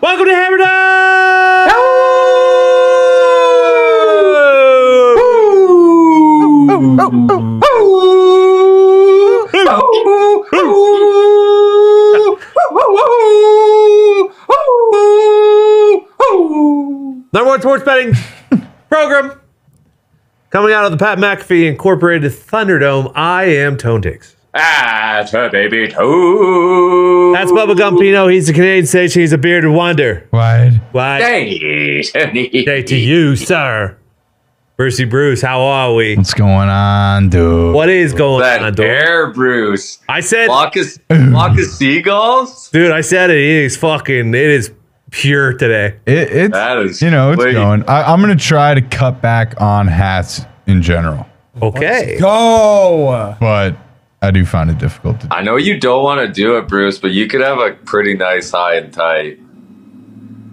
Welcome to Hammer Time! Number one sports betting program coming out of the Pat McAfee Incorporated Thunderdome. I am Tone Dix. Ah, it's her baby toe. That's Bubba Gumpino. He's a Canadian station. He's a bearded wonder. Wide. Why? Hey, Tony. Day to you, sir. Brucey Bruce, how are we? What's going on, dude? What is going on, That dude? air, Bruce. I said, Flock of, flock of seagulls? dude, I said it. It is fucking, it is pure today. It, it's That is you know it's sweet. going. I, I'm gonna try to cut back on hats in general, Okay. Go. but I do find it difficult to. I know you don't want to do it, Bruce, but you could have a pretty nice high and tight.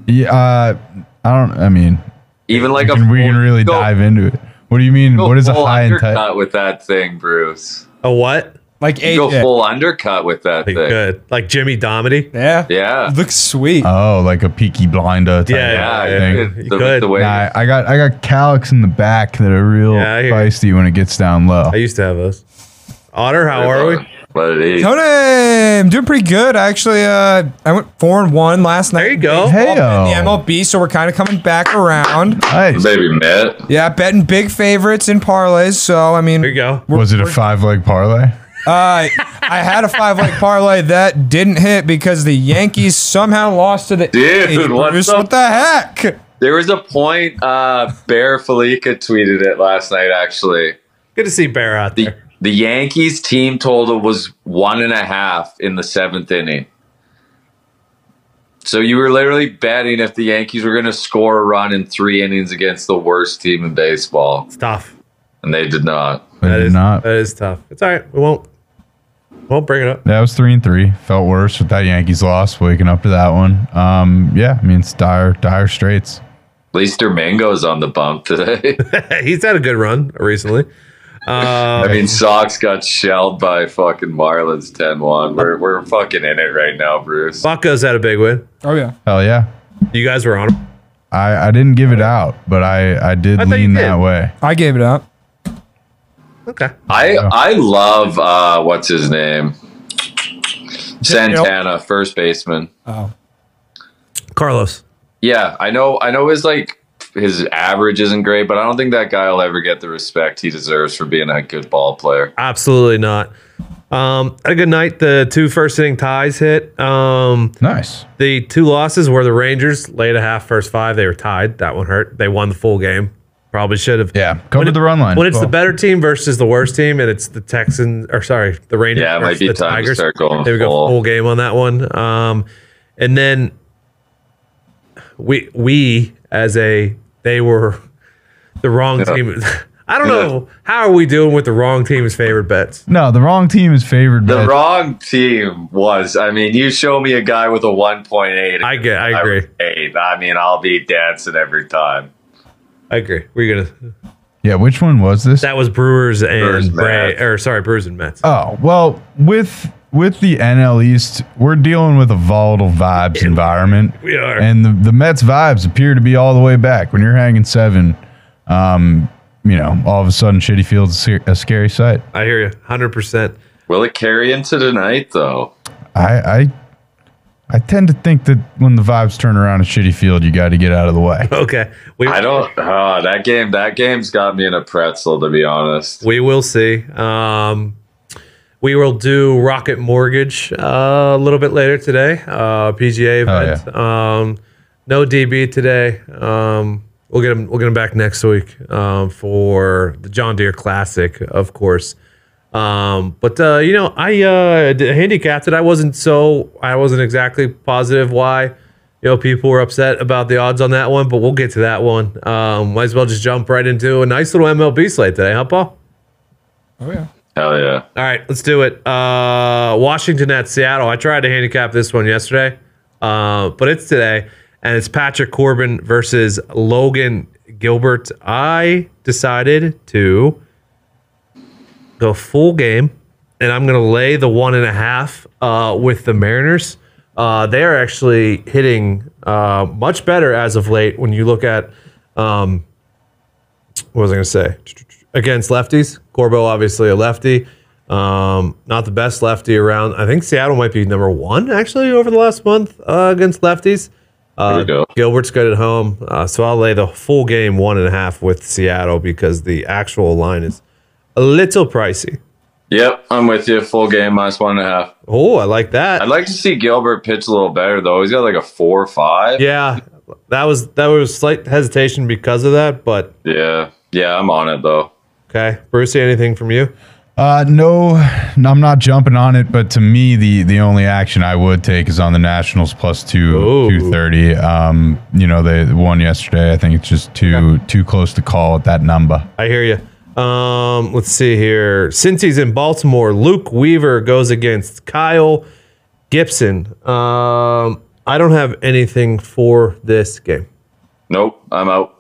Yeah, uh, I don't. I mean, Even like we a can, we can full- really go- dive into it. What do you mean? go What is a full high and undercut tight? with that thing, Bruce? A what? Like You eight. go full undercut with that Like, thing. good. Like Jimmy Domity. Yeah. Yeah. Looks sweet. Oh, like a peaky blinder. Type Yeah, Yeah, of yeah, thing. yeah. it- You the, could. the way Nah, I got I got calyx in the back that are real Yeah, I hear you. feisty when it gets down low. I used to have those. Otter, how are we? Let it eat. Tony, I'm doing pretty good. I actually uh, I went four and one last night. There you go. Hey, in the MLB, so we're kind of coming back around. nice. Baby Matt. Yeah, betting big favorites in parlays. So I mean, There you go. Was it a five leg parlay? Uh, I had a five leg parlay that didn't hit because the Yankees somehow lost to the Dude, A's, what Bruce. the- what the heck? There was a point uh Bear Felica tweeted it last night actually. Good to see Bear out The there. the Yankees team total was one and a half in the seventh inning. So you were literally betting if the Yankees were gonna score a run in three innings against the worst team in baseball. It's tough. And they did not. I That did is not. That is tough. It's all right. We won't, won't bring it up. That was three and three. Felt worse with that Yankees loss. Waking up to that one. Um, yeah, I mean it's dire, dire straits. At least Domingo's on the bump today. He's had a good run recently. I mean, Sox got shelled by fucking Marlins 10 1. We're, we're fucking in it right now, Bruce. Bucko's had a big win. Oh yeah, Hell yeah. You guys were on him. I, I didn't give it out, but I I did I thought you lean did. that way. I gave it up. Okay. I I love uh what's his name? Santana, first baseman. Oh, Carlos. Yeah, I know I know his like his average isn't great, but I don't think that guy will ever get the respect he deserves for being a good ball player. Absolutely not. Um, a good night. The two first inning ties hit. Um, Nice. the two losses were the Rangers late a half, first five. They were tied. That one hurt. They won the full game. Probably should have. Yeah, covered it- the run line. When it's the Well, better team versus the worst team, and it's the Texans or sorry, the Rangers. Yeah, it might versus be the time to Tigers. start going They would go full. full game on that one. Um, and then we we as a they were the wrong team. I don't know how are we doing with the wrong team's favorite bets. No, the wrong team is favored. The bet. wrong team was. I mean, you show me a guy with a 1.8. I get- I agree. Eight, I mean, I'll be dancing every time. I agree. We're gonna. yeah, which one was this? That was Brewers and Brewers, Bra- Mets. or sorry, Brewers and Mets. oh well, with with the NL East, we're dealing with a volatile vibes environment. we are. and the, the Mets vibes appear to be all the way back. When you're hanging seven, um, you know, all of a sudden, shitty field's a sc- a scary sight. I hear you, hundred percent. Will it carry into tonight, though? I, I, I tend to think that when the vibes turn around at shitty field, you got to get out of the way. Okay, we I don't. Oh, that game. That game's got me in a pretzel, to be honest. we will see. Um, we will do Rocket Mortgage uh, a little bit later today. Uh, PGA Oh, event. um, no DB today. Um, we'll get him. We'll get him back next week um, for the John Deere Classic, of course. Um, but uh, you know, I uh, d- handicapped it. I wasn't so. I wasn't exactly positive why. You know, people were upset about the odds on that one, but we'll get to that one. Um, might as well just jump right into a nice little MLB slate today, huh, Paul? oh yeah. Hell yeah. All right, let's do it. Uh, Washington at Seattle. I tried to handicap this one yesterday, uh, but it's today, and it's Patrick Corbin versus Logan Gilbert. I decided to go full game, and I'm going to lay the one and a half uh, with the Mariners. Uh, they are actually hitting uh, much better as of late. When you look at, um, what was I going to say? Against lefties, Corbo obviously a lefty, um, not the best lefty around. I think Seattle might be number one actually over the last month uh, against lefties. There Uh, we go. Gilbert's good at home, uh, so I'll lay the full game one and a half with Seattle because the actual line is a little pricey. Yep, I'm with you. Full game minus one and a half. Oh, I like that. I'd like to see Gilbert pitch a little better though. He's got like a four or five. yeah, that was that was slight hesitation because of that, but yeah, yeah. I'm on it though. okay. Brucey, anything from you? Uh, no, no, I'm not jumping on it. But to me, the the only action I would take is on the Nationals plus Ooh. two two thirty. Um, you know they won yesterday. I think it's just too too close to call at that number. I hear you. Um, let's see here. Since he's in Baltimore, Luke Weaver goes against Kyle Gibson. Um, I don't have anything for this game. Nope, I'm out.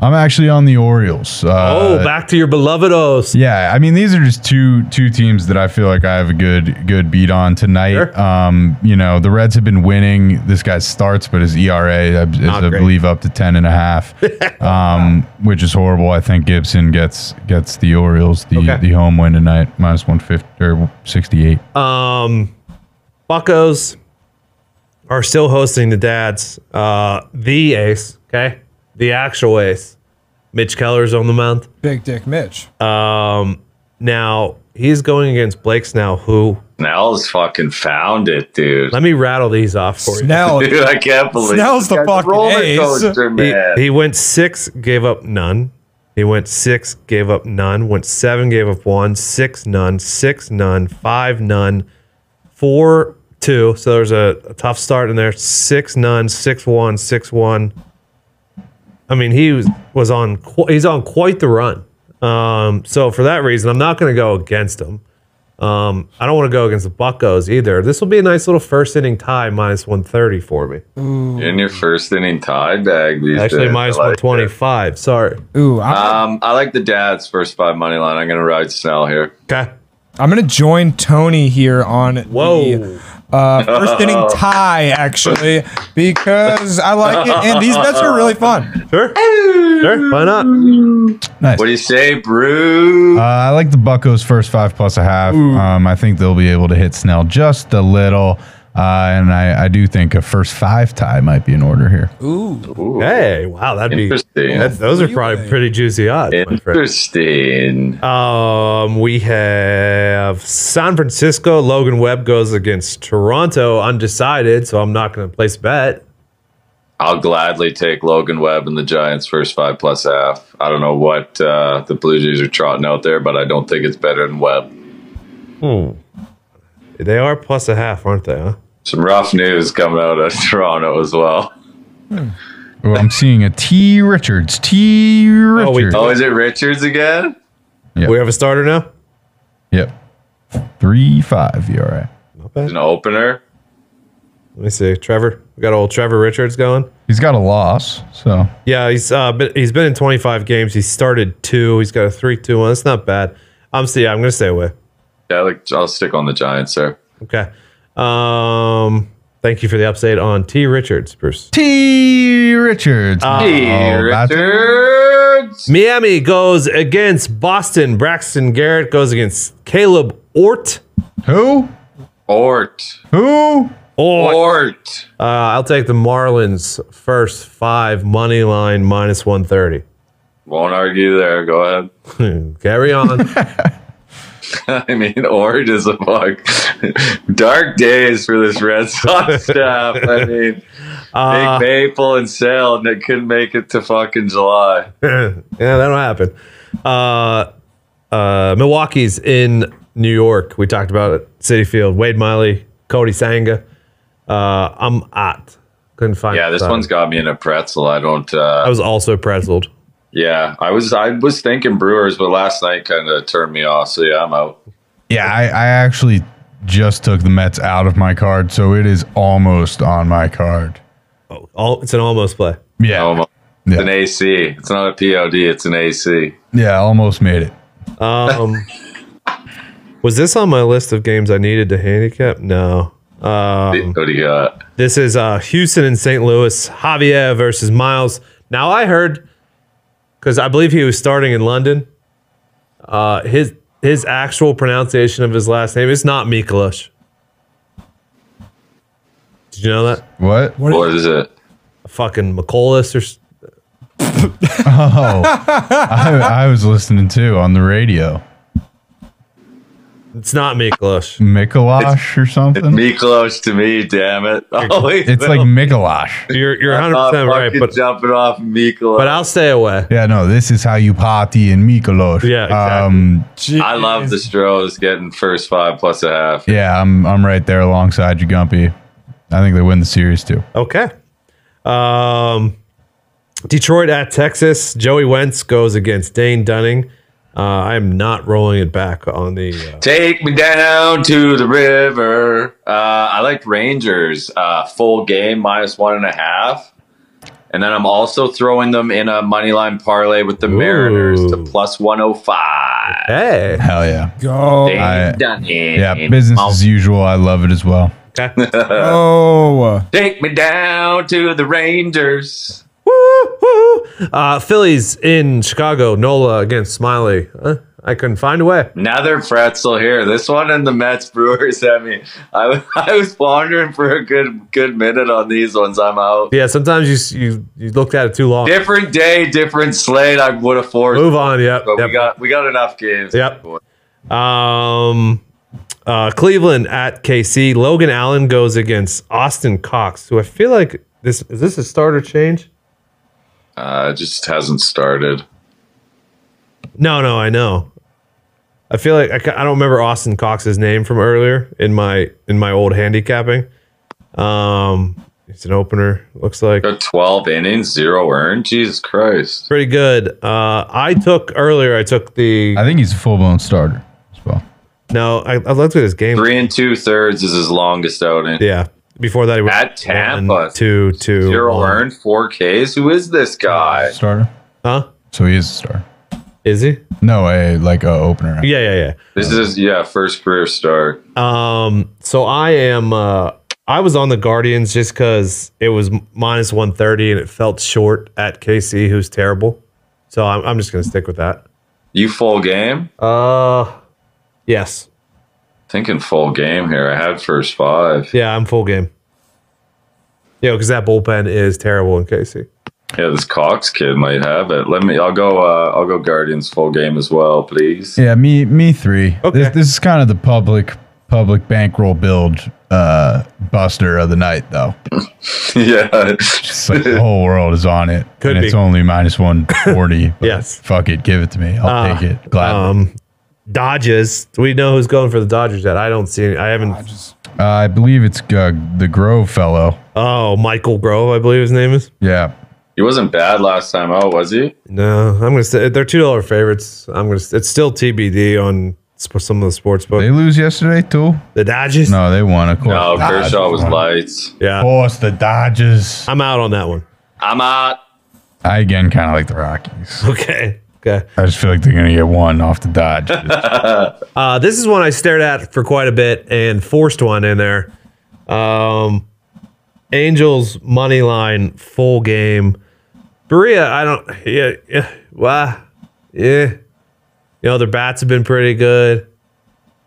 I'm actually on the Orioles. Uh, Oh, back to your beloved O's. Yeah, I mean these are just two two teams that I feel like I have a good good beat on tonight. Sure. Um, you know the Reds have been winning. This guy starts, but his ERA is Not I great. believe up to ten and a half, um, which is horrible. I think Gibson gets gets the Orioles the Okay. the home win tonight minus one fifty or sixty eight. Um, Buckos are still hosting the dads. Uh, the ace, okay, the actual ace, Mitch Keller's on the mound. Big Dick Mitch. Now he's going against Blake Snell. Who? Snell's fucking found it, dude. Let me rattle these off for you. Snell. Dude, I can't believe Snell's this the guy's a fucking roller ace. coaster, He, man. he went six, gave up none. He went six, gave up none. Went seven, gave up one. Six, none. Six, none. Five, none. Four, two. So there's a, a tough start in there. Six, none. Six, one. Six, one. I mean, he was, was on. qu- He's on quite the run. Um, so for that reason, I'm not going to go against him. Um, I don't want to go against the Buckos either. This will be a nice little first inning tie, minus 130 for me. You're in your first inning tie bag these Actually, days. minus I like it. 125. Sorry. Ooh, I'm, Uh, Um, I like the dad's first five money line. I'm gonna ride Snell here. Okay. I'm gonna join Tony here on the Whoa. uh, first inning Oh. tie actually because I like it and these bets are really fun. Sure. Sure. Why not? Nice. What do you say, Brew? Uh, I like the Buckos first five plus a half. Um, I think they'll be able to hit Snell just a little. Uh, and I, I do think a first five tie might be in order here. Ooh, Ooh, Hey, wow, that'd be Interesting. that's- those are probably pretty juicy odds, my friend. Interesting. Uh, Um, we have San Francisco. Logan Webb goes against Toronto, undecided. So I'm not going to place a bet. I'll gladly take Logan Webb and the Giants first five plus half. I don't know what uh, the Blue Jays are trotting out there, but I don't think it's better than Webb. They are plus a half, aren't they? Huh? Some rough news coming out of Toronto as well. Oh, I'm seeing a T. Richards. T. Oh, we- Richards. Oh, is it Richards again? Yeah. We have a starter now. yep. Three five ERA. Not bad. An opener? Let me see. Trevor, we got old Trevor Richards going. He's got a loss, so Yeah, he's uh, been, he's been in 25 games. He started two. He's got a three-two one. That's not bad. I'm see. I'm going to stay away. Yeah, like I'll stick on the Giants there. Okay. Um, thank you for the update on T. Richards, Bruce. T. Richards. Uh, Hey, Oh, that's- Richards. Miami goes against Boston. Braxton Garrett goes against Caleb Ort. Who? Ort. Who? Ort. Ort. Uh, I'll take the Marlins first five money line minus 130. Won't argue there. Go ahead. Carry on. I mean, orange is a fuck. Dark days for this Red Sox staff. I mean, Uh, Big Maple and Sale, and they couldn't make it to fucking July. yeah, that'll happen. Uh, uh, Milwaukee's in New York. We talked about it. City Field. Wade Miley, Cody Sanga. Uh, I'm at. Couldn't find Yeah, this the- one's got me in a pretzel. I don't. I Uh, was also pretzeled. yeah, I was. I was thinking Brewers, but last night kind of turned me off. So yeah, I'm out. Yeah, I, I actually just took the Mets out of my card, so it is almost on my card. Oh, all, it's an almost play. Yeah. Oh, Almost. It's an Yeah, AC. It's not a POD. It's an AC. yeah almost made it. Um, was this on my list of games I needed to handicap? No. Um, What do you got? this is uh, Houston and St. Louis. Javier versus Miles. Now I heard because I believe he was starting in London. Uh, his his actual pronunciation of his last name is not Mikuláš. Did you know that? What? What is it? Fucking Mikolas or s- Oh, I, I was listening too on the radio. it's not Mikuláš. Mikolash or something. Be close to me, damn it. Always It's like Mikolash. You're you're 100 percent right, but jumping off Mikola. but I'll stay away. Yeah, no, this is how you party in Mikolash. Yeah, exactly. Um, I love the Stros getting first five plus a half. yeah, I'm I'm right there alongside you, Gumpy. I think they win the series too. Okay. Um, Detroit at Texas. Joey Wentz goes against Dane Dunning. Uh, I am not rolling it back on the. Uh, Take me down to the river. Uh, I like Rangers uh, full game minus one and a half, and then I'm also throwing them in a money line parlay with the Mariners to Ooh. plus one hundred five. hey. Hell yeah. Go. I- done it. Yeah, business as usual. I love it as well. Okay. Oh. Take me down to the Rangers. Woo, woo. Uh, Phillies in Chicago. Nola against Smiley. Huh? I couldn't find a way. Another pretzel here. This one and the Mets Brewers. I mean, I, was- I was wandering for a good good minute on these ones. I'm out. Yeah, sometimes you s- you you looked at it too long. Different day, different slate. I would have forced. Move on. Yep. But we yep. got we got enough games. Yep. Um, uh, Cleveland at KC. Logan Allen goes against Austin Cox, who I feel like this is this a starter change. Uh, it just hasn't started. No, no, I know. I feel like I, ca- I don't remember Austin Cox's name from earlier in my in my old handicapping. Um, it's an opener, looks like Got 12 innings, zero earned. Jesus Christ. pretty good. Uh, I took earlier. I took the I think he's a full blown starter as well. no. I, I looked at his game. Three and two thirds is his longest outing. Yeah, before that he was At Tampa. one, two, two, Zero one. earned, four Ks. Who is this guy? Starter. Huh? So he is a starter. Is he? No, a like a opener. Yeah, yeah, yeah. This is yeah, first career start. Um, so I am. Uh, I was on the Guardians just because it was m- minus one thirty and it felt short at KC, who's terrible. So I'm, I'm just gonna stick with that. You full game? Uh, yes, Thinking full game here. I had first five. yeah, I'm full game. Yeah, because that bullpen is terrible in KC. Yeah, this Cox kid might have it. Let me. I'll go. Uh, I'll go Guardians full game as well, please. Yeah, me me three. Okay. This, this is kind of the public public bankroll build uh buster of the night though. yeah. It's like the whole world is on it. Could and it's be. only minus one forty. Yes. Fuck it, give it to me. I'll Ah, take it. Glad. Um, Dodgers. Do we know who's going for the Dodgers yet? I don't see. Any, I haven't. uh, I believe it's uh, the Grove fellow. Oh, Michael Grove, I believe his name is. Yeah. He wasn't bad last time out, was he? No, I'm gonna say they're two dollar favorites. I'm gonna. It's still TBD on sp- some of the sports books. They lose yesterday too? The Dodgers? No, they won of course. No, The Dodgers Kershaw was won. lights. Of Yeah. course the Dodgers. I'm out on that one. I'm out. I again kinda like the Rockies. Okay. Okay. I just feel like they're gonna get one off the Dodgers. Uh, this is one I stared at for quite a bit and forced one in there. Um, Angels money line full game. Berea, I don't. Yeah. Yeah. Wow. Yeah. You know their bats have been pretty good.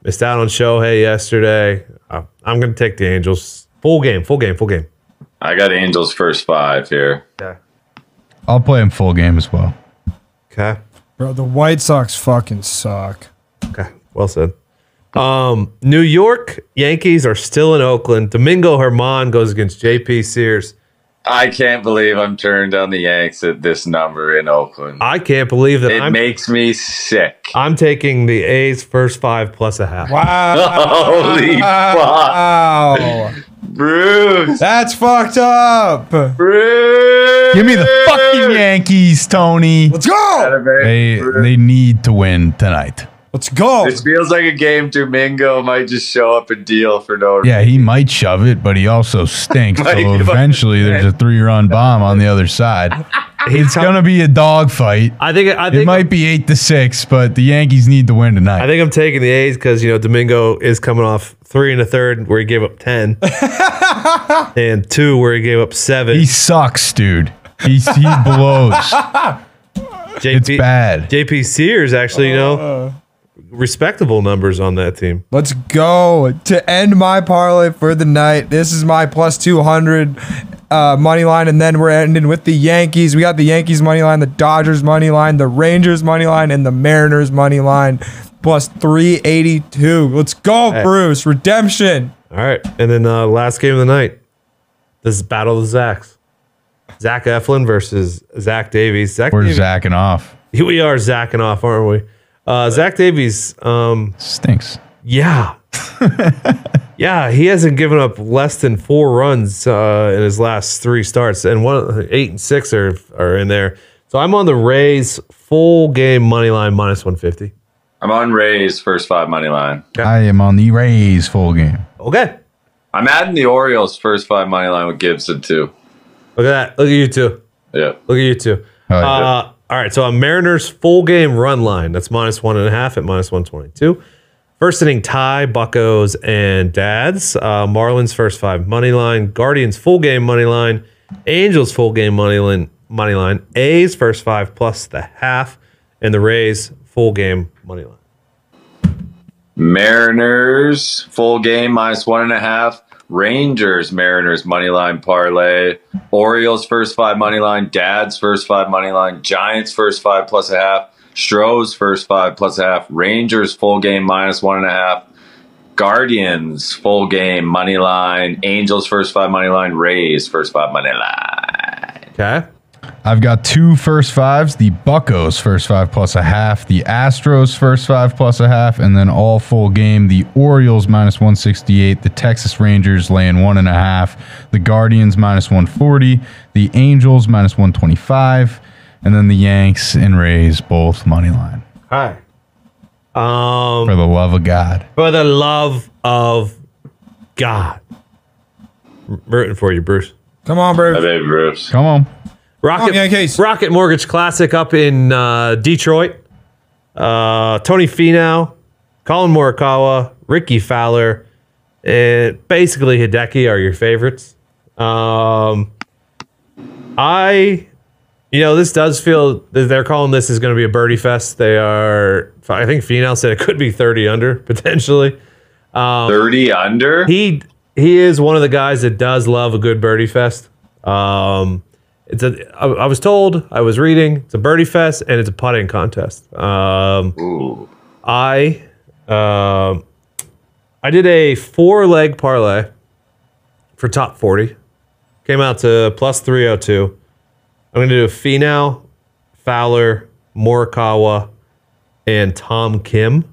Missed out on Shohei yesterday. Uh, I'm gonna take the Angels full game. Full game. Full game. I got Angels first five here. Yeah. I'll play him full game as well. Okay. Bro, the White Sox fucking suck. Okay, well said. Um, New York Yankees are still in Oakland. Domingo Herman goes against JP Sears. I can't believe I'm turned on the Yanks at this number in Oakland. I can't believe that It I'm makes me sick. I'm taking the A's first five plus a half. Wow. Holy fuck. Wow. Bruce. That's fucked up. Let's Bruce. Give me the fucking Yankees, Tony. go. They they need to win tonight. Let's go. This feels like a game Domingo might just show up and deal for no reason. Yeah, he might shove it, but he also stinks. so Might. eventually, there's a three-run bomb on the other side. It's gonna be a dog fight. I think I think It might be eight to six, but the Yankees need to win I tonight. think I'm taking the A's because you know Domingo is coming off three and a third where he gave up ten, and two where he gave up seven. He sucks, dude. He's, he blows. JP, It's bad. Uh. JP Sears actually, you know, respectable numbers on that team. Let's go to end my parlay for the night. This is my plus 200 uh, money line, and then we're ending with the Yankees. We got the Yankees money line, the Dodgers money line, the Rangers money line, and the Mariners money line plus 382. Let's go, Hey. Bruce. Redemption. All right, and then uh, last game of the night, this is Battle of the Zacks. Zach Eflin versus Zach Davies. Zach We're Davies, zacking off. Here we are zacking off, aren't we? Uh, Zach Davies, um, Stinks. yeah, yeah, he hasn't given up less than four runs uh, in his last three starts, and one eight and six are are in there. So I'm on the Rays full game money line minus one fifty. I'm on Ray's first five money line. I am on the Rays full game. Okay, I'm adding the Orioles first five money line with Gibson too. look at that. Look at you two. Yeah. Look at you two. Oh, yeah. Uh, all right, so a Mariners full game run line. That's minus one and a half at minus 122. First inning tie, Buckos and Dads. Uh, Marlins first five money line. Guardians full game money line. Angels full game money line. Money line. A's first five plus the half. And the Rays full game money line. Mariners full game minus one and a half. Rangers Mariners money line parlay. Orioles first five money line. Dad's first five money line. Giants first five plus a half. Stroh's first five plus a half. Rangers full game minus one and a half. Guardians full game money line. Angels first five money line. Rays first five money line. Okay. I've got two first fives, the Buccos first five plus a half, the Astros first five plus a half, and then all full game, the Orioles minus 168, the Texas Rangers laying one and a half, the Guardians minus 140, the Angels minus 125, and then the Yanks and Rays both money line. Hi. Um, For the love of God. for the love of God. I'm rooting for you, Bruce. Come on, Bruce. Baby Bruce. Come on. Rocket, Oh, Yankees. Rocket Mortgage Classic up in uh, Detroit. Uh, Tony Finau, Colin Morikawa, Ricky Fowler, and basically Hideki are your favorites. Um, I, you know, this does feel they're calling this is going to be a birdie fest. They are. I think Finau said it could be thirty under potentially. 30 under? He he is one of the guys that does love a good birdie fest. Um, it's a I, I was told I was reading it's a birdie fest and it's a putting contest. Um, Ooh. I um, I did a four leg parlay for top forty. Came out to plus three hundred two. I'm gonna do Finau, Fowler, Morikawa, and Tom Kim.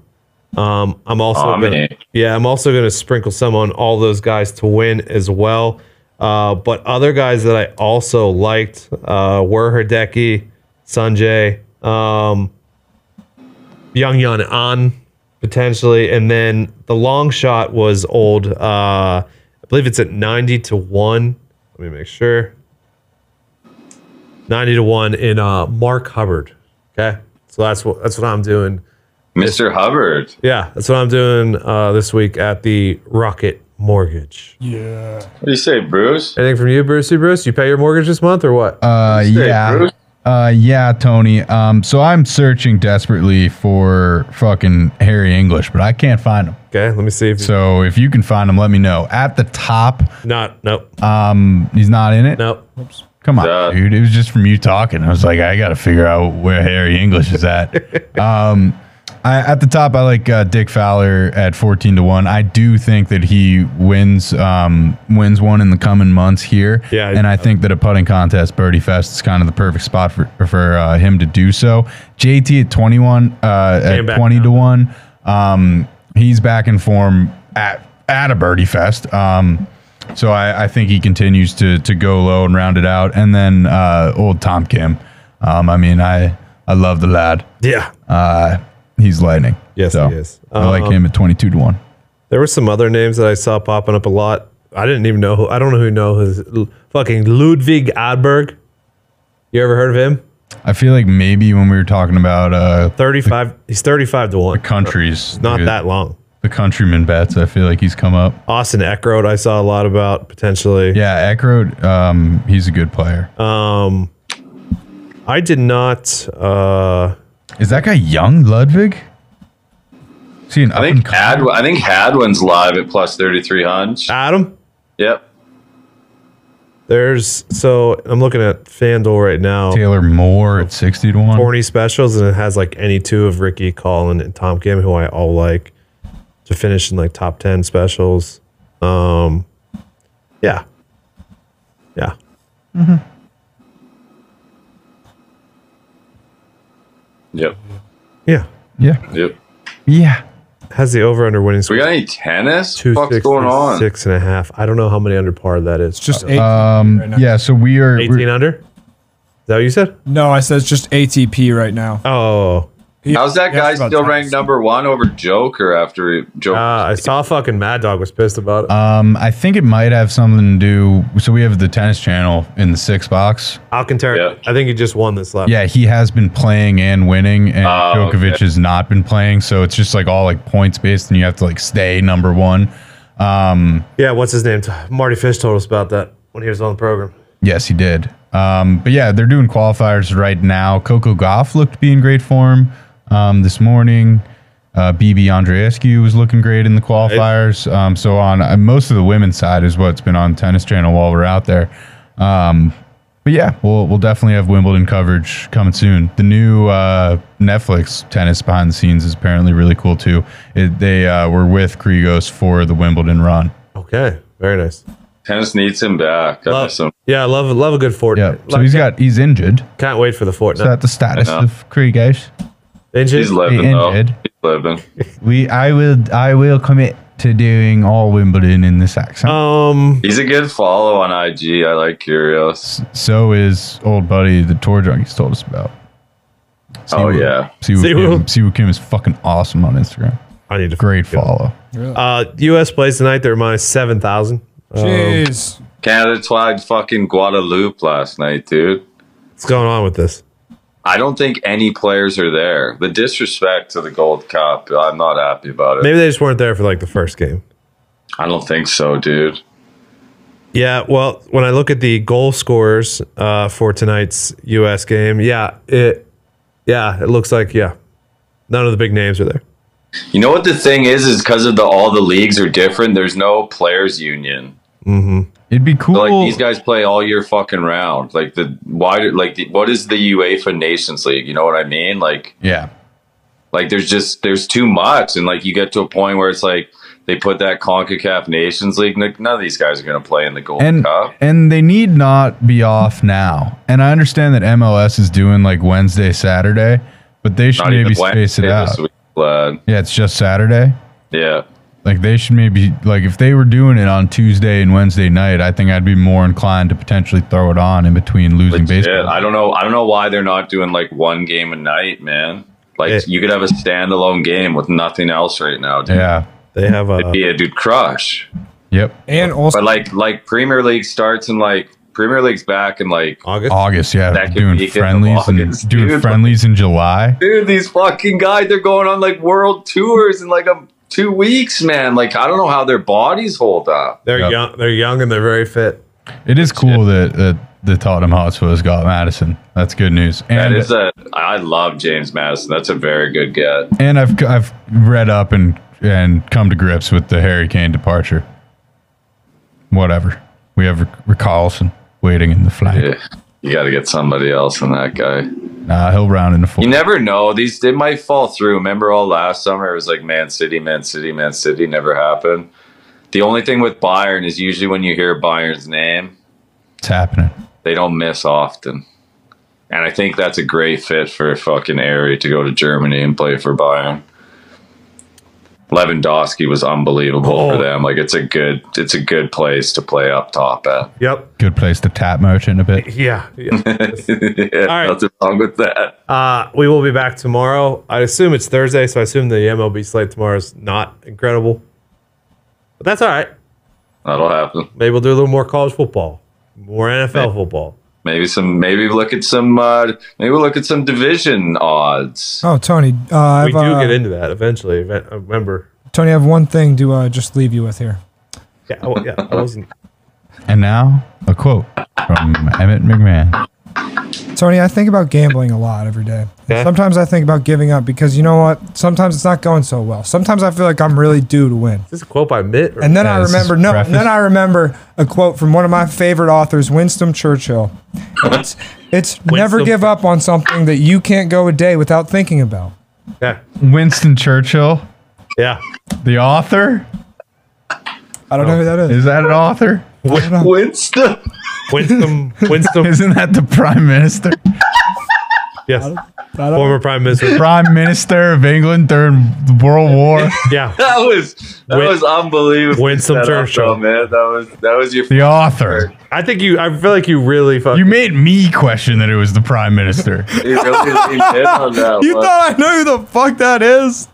Um, I'm also Aw, gonna, man. yeah, I'm also gonna sprinkle some on all those guys to win as well. Uh, but other guys that I also liked uh, were Hideki, Sanjay, um, Young Yun An potentially, and then the long shot was old. Uh, I believe it's at ninety to one. Let me make sure. 90 to 1 in uh, Mark Hubbard. Okay. So that's what that's what I'm doing. Mr. Hubbard. Yeah, that's what I'm doing uh, this week at the Rocket Mortgage. What do you say, Bruce? Anything from you, Brucey Bruce? You pay your mortgage this month or what? Uh, Say, yeah. Bruce. Uh, yeah, Tony. Um, so I'm searching desperately for fucking Harry English, but I can't find him. okay, let me see if So if you can find him, let me know. At the top, not nope. um, he's not in it. nope. Come on, Duh. dude. It was just from you talking. I was like, I got to figure out where Harry English is at. um, I, at the top, I like uh, Dick Fowler at fourteen to one. I do think that he wins um, wins one in the coming months here. Yeah, I- and I think that a putting contest, birdie fest, is kind of the perfect spot for for uh, him to do so. JT at twenty one, uh, Came at back twenty down. to one. Um, he's back in form at at a birdie fest. Um, so I, I think he continues to to go low and round it out. And then uh, old Tom Kim. Um, I mean, I I love the lad. Yeah. Uh, he's lightning. Yes, he is. Um, I like him at twenty-two to one. There were some other names that I saw popping up a lot. I didn't even know who I don't know who know who's fucking Ludwig Adberg. You ever heard of him? I feel like maybe when we were talking about uh, Thirty-five. He's thirty-five to one. countries, Not the- that long. the countryman bets. I feel like he's come up. Austin Eckroat, I saw a lot about potentially. Yeah, Eckroad, um, he's a good player. Um, I did not. Uh, Is that guy young, Ludwig? Is he an I up think and comer? Had I think Hadwin's live at plus thirty three hundred. Adam, Yep. there's so I'm looking at FanDuel right now. Taylor Moore at sixty to one. Corny specials, and it has like any two of Ricky, Colin, and Tom Kim, who I all like, to finish in like top ten specials. Um, yeah, yeah. Yep. Yeah. Yeah, Yep. yeah. Has the over under winning We score. got any tennis? two What's six, going on? six and a half. I don't know how many under par that is. It's just eight. uh, Um, yeah. So we are. we're- 18 under? Is that what you said? no, I said it's just ATP right now. Oh. How's that Yeah, guy it's about still tennis. ranked number one over Joker after Joker? Uh, I saw fucking Mad Dog was pissed about it. Um, I think it might have something to do. So we have the tennis channel in the six box. Alcantara, yeah. I think he just won this lap. Yeah, he has been playing and winning, and Oh, Djokovic okay. has not been playing. So it's just like all like points based, and you have to like stay number one. Um, Yeah, what's his name? Marty Fish told us about that when he was on the program. yes, he did. Um, but yeah, they're doing qualifiers right now. Coco Goff looked to be in great form um, this morning. Uh, BB Andreescu was looking great in the qualifiers. Um, so on uh, most of the women's side is what's been on Tennis Channel while we're out there. Um, But yeah, we'll we'll definitely have Wimbledon coverage coming soon. The new uh, Netflix tennis behind the scenes is apparently really cool too. It, they uh, were with Kriegos for the Wimbledon run. Okay. Very nice. tennis needs him back. I Love, miss him. yeah, love love a good Fortnite. Yeah, so Like, he's got he's injured. can't wait for the Is Fortnite. that the status Yeah. of Kriegos? Engine? He's living though. injured. He's living. We I will I will commit to doing all Wimbledon in this accent. Oh. um, He's a good follow on IG. I like Curios. so is old buddy the tour junkies told us about. Oh, yeah. Siwoo Siwoo. Kim, Siwoo Kim is fucking awesome on Instagram. I need to Great follow. Uh, U.S. plays tonight. They're minus seven thousand. Um, Jeez. Canada twagged fucking Guadeloupe last night, dude. What's going on with this? I don't think any players are there. The disrespect to the Gold Cup, I'm not happy about it. Maybe they just weren't there for like the first game. I don't think so, dude. Yeah, well, when I look at the goal scorers uh, for tonight's U.S. game, yeah, it, yeah, it looks like yeah, none of the big names are there. You know what the thing is? Is because of the all the leagues are different. There's no players union. It'd be cool. So, like these guys play all year fucking round. Like the why? do- Like the, what is the UEFA Nations League? You know what I mean? Like yeah. like there's just there's too much, and like you get to a point where it's like they put that Concacaf Nations League. Like, none of these guys are gonna play in the Gold and Cup. and they need not be off now. And I understand that MLS is doing like Wednesday, Saturday, but they should Not maybe even space it Wednesday out. this week, lad. Yeah, it's just Saturday. Yeah. Like they should maybe like if they were doing it on Tuesday and Wednesday night, I think I'd be more inclined to potentially throw it on in between losing Legit. baseball. I don't know. I don't know why they're not doing like one game a night, man. Like Yeah. you could have a standalone game with nothing else right now, dude. yeah. They have uh, Yeah, dude, crush. Yep. And also, But like, like Premier League starts in like Premier League's back in like, August. August, That yeah. could Doing be in friendlies August, and doing dude. friendlies in July. dude, these fucking guys, they're going on like world tours in like a, two weeks, man. Like I don't know how their bodies hold up. They're Yep. young. They're young and they're very fit. It is cool that, that the Tottenham Hotspur's got Madison. That's good news. That And is a. I love James Madison. That's a very good get. and I've I've read up and and come to grips with the Harry Kane departure. Whatever. We have Rick Carlson waiting in the flank. Yeah. You got to get somebody else in that guy. Nah, he'll round in the four. You never know. These they might fall through. Remember all last summer it was like Man City, Man City, Man City never happened. The only thing with Bayern is usually when you hear Bayern's name, it's happening. they don't miss often. And I think that's a great fit for fucking Airy to go to Germany and play for Bayern. Lewandowski was unbelievable Oh. for them. Like it's a good it's a good place to play up top at. Yep. Good place to tap merchant a bit. Yeah. yeah. yeah, right. Nothing wrong with that. uh, we will be back tomorrow. I assume it's Thursday, so I assume the MLB slate tomorrow is not incredible, but that's all right. That'll happen. Maybe we'll do a little more college football, more NFL football. Maybe some. Maybe look at some. Uh, maybe look at some division odds. Oh, Tony, uh, I've, we do uh, get into that eventually. uh, I remember. Tony, I have one thing to uh, just leave you with here. Yeah, I, yeah, I wasn't. And now, a quote from Emmett McMahon. Tony, I think about gambling a lot every day. Yeah. Sometimes I think about giving up because you know what? Sometimes it's not going so well. Sometimes I feel like I'm really due to win. Is this a quote by Mitt? Or, And then Yeah, I this is remember no. preface. And then I remember a quote from one of my favorite authors, Winston Churchill. It's, it's never Winston- give up on something that you can't go a day without thinking about. yeah, Winston Churchill, yeah. the author. I don't know who that is. Is that an author? Winston. Winston, Winston, Isn't that the prime minister? yes, I don't- former prime minister. Prime minister of England during the World War. Yeah, That was that Win- was unbelievable. Winston That Churchill. though, man. That was that was your. The author. I think you. I feel like you really fucking. You made me question that it was the prime minister. You really leaned in on that You one. thought I knew who the fuck that is?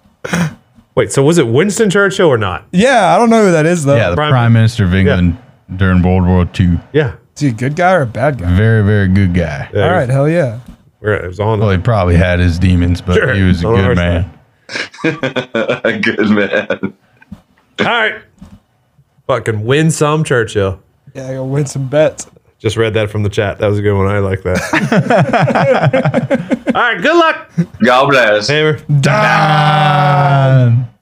Wait, so was it Winston Churchill or not? Yeah, I don't know who that is though. Yeah, the Prime- prime, minister of England during World War II. Yeah, Is he a good guy or a bad guy? Very, very good guy. Yeah, All right, hell yeah. we're- it was on. Well, he probably had his demons, but Sure. he was a Don't good understand. man. A good man. All right, fucking win some Churchill. Yeah, you'll win some bets. Just read that from the chat. That was a good one. I like that. All right, good luck, God bless. Hammer. Dun!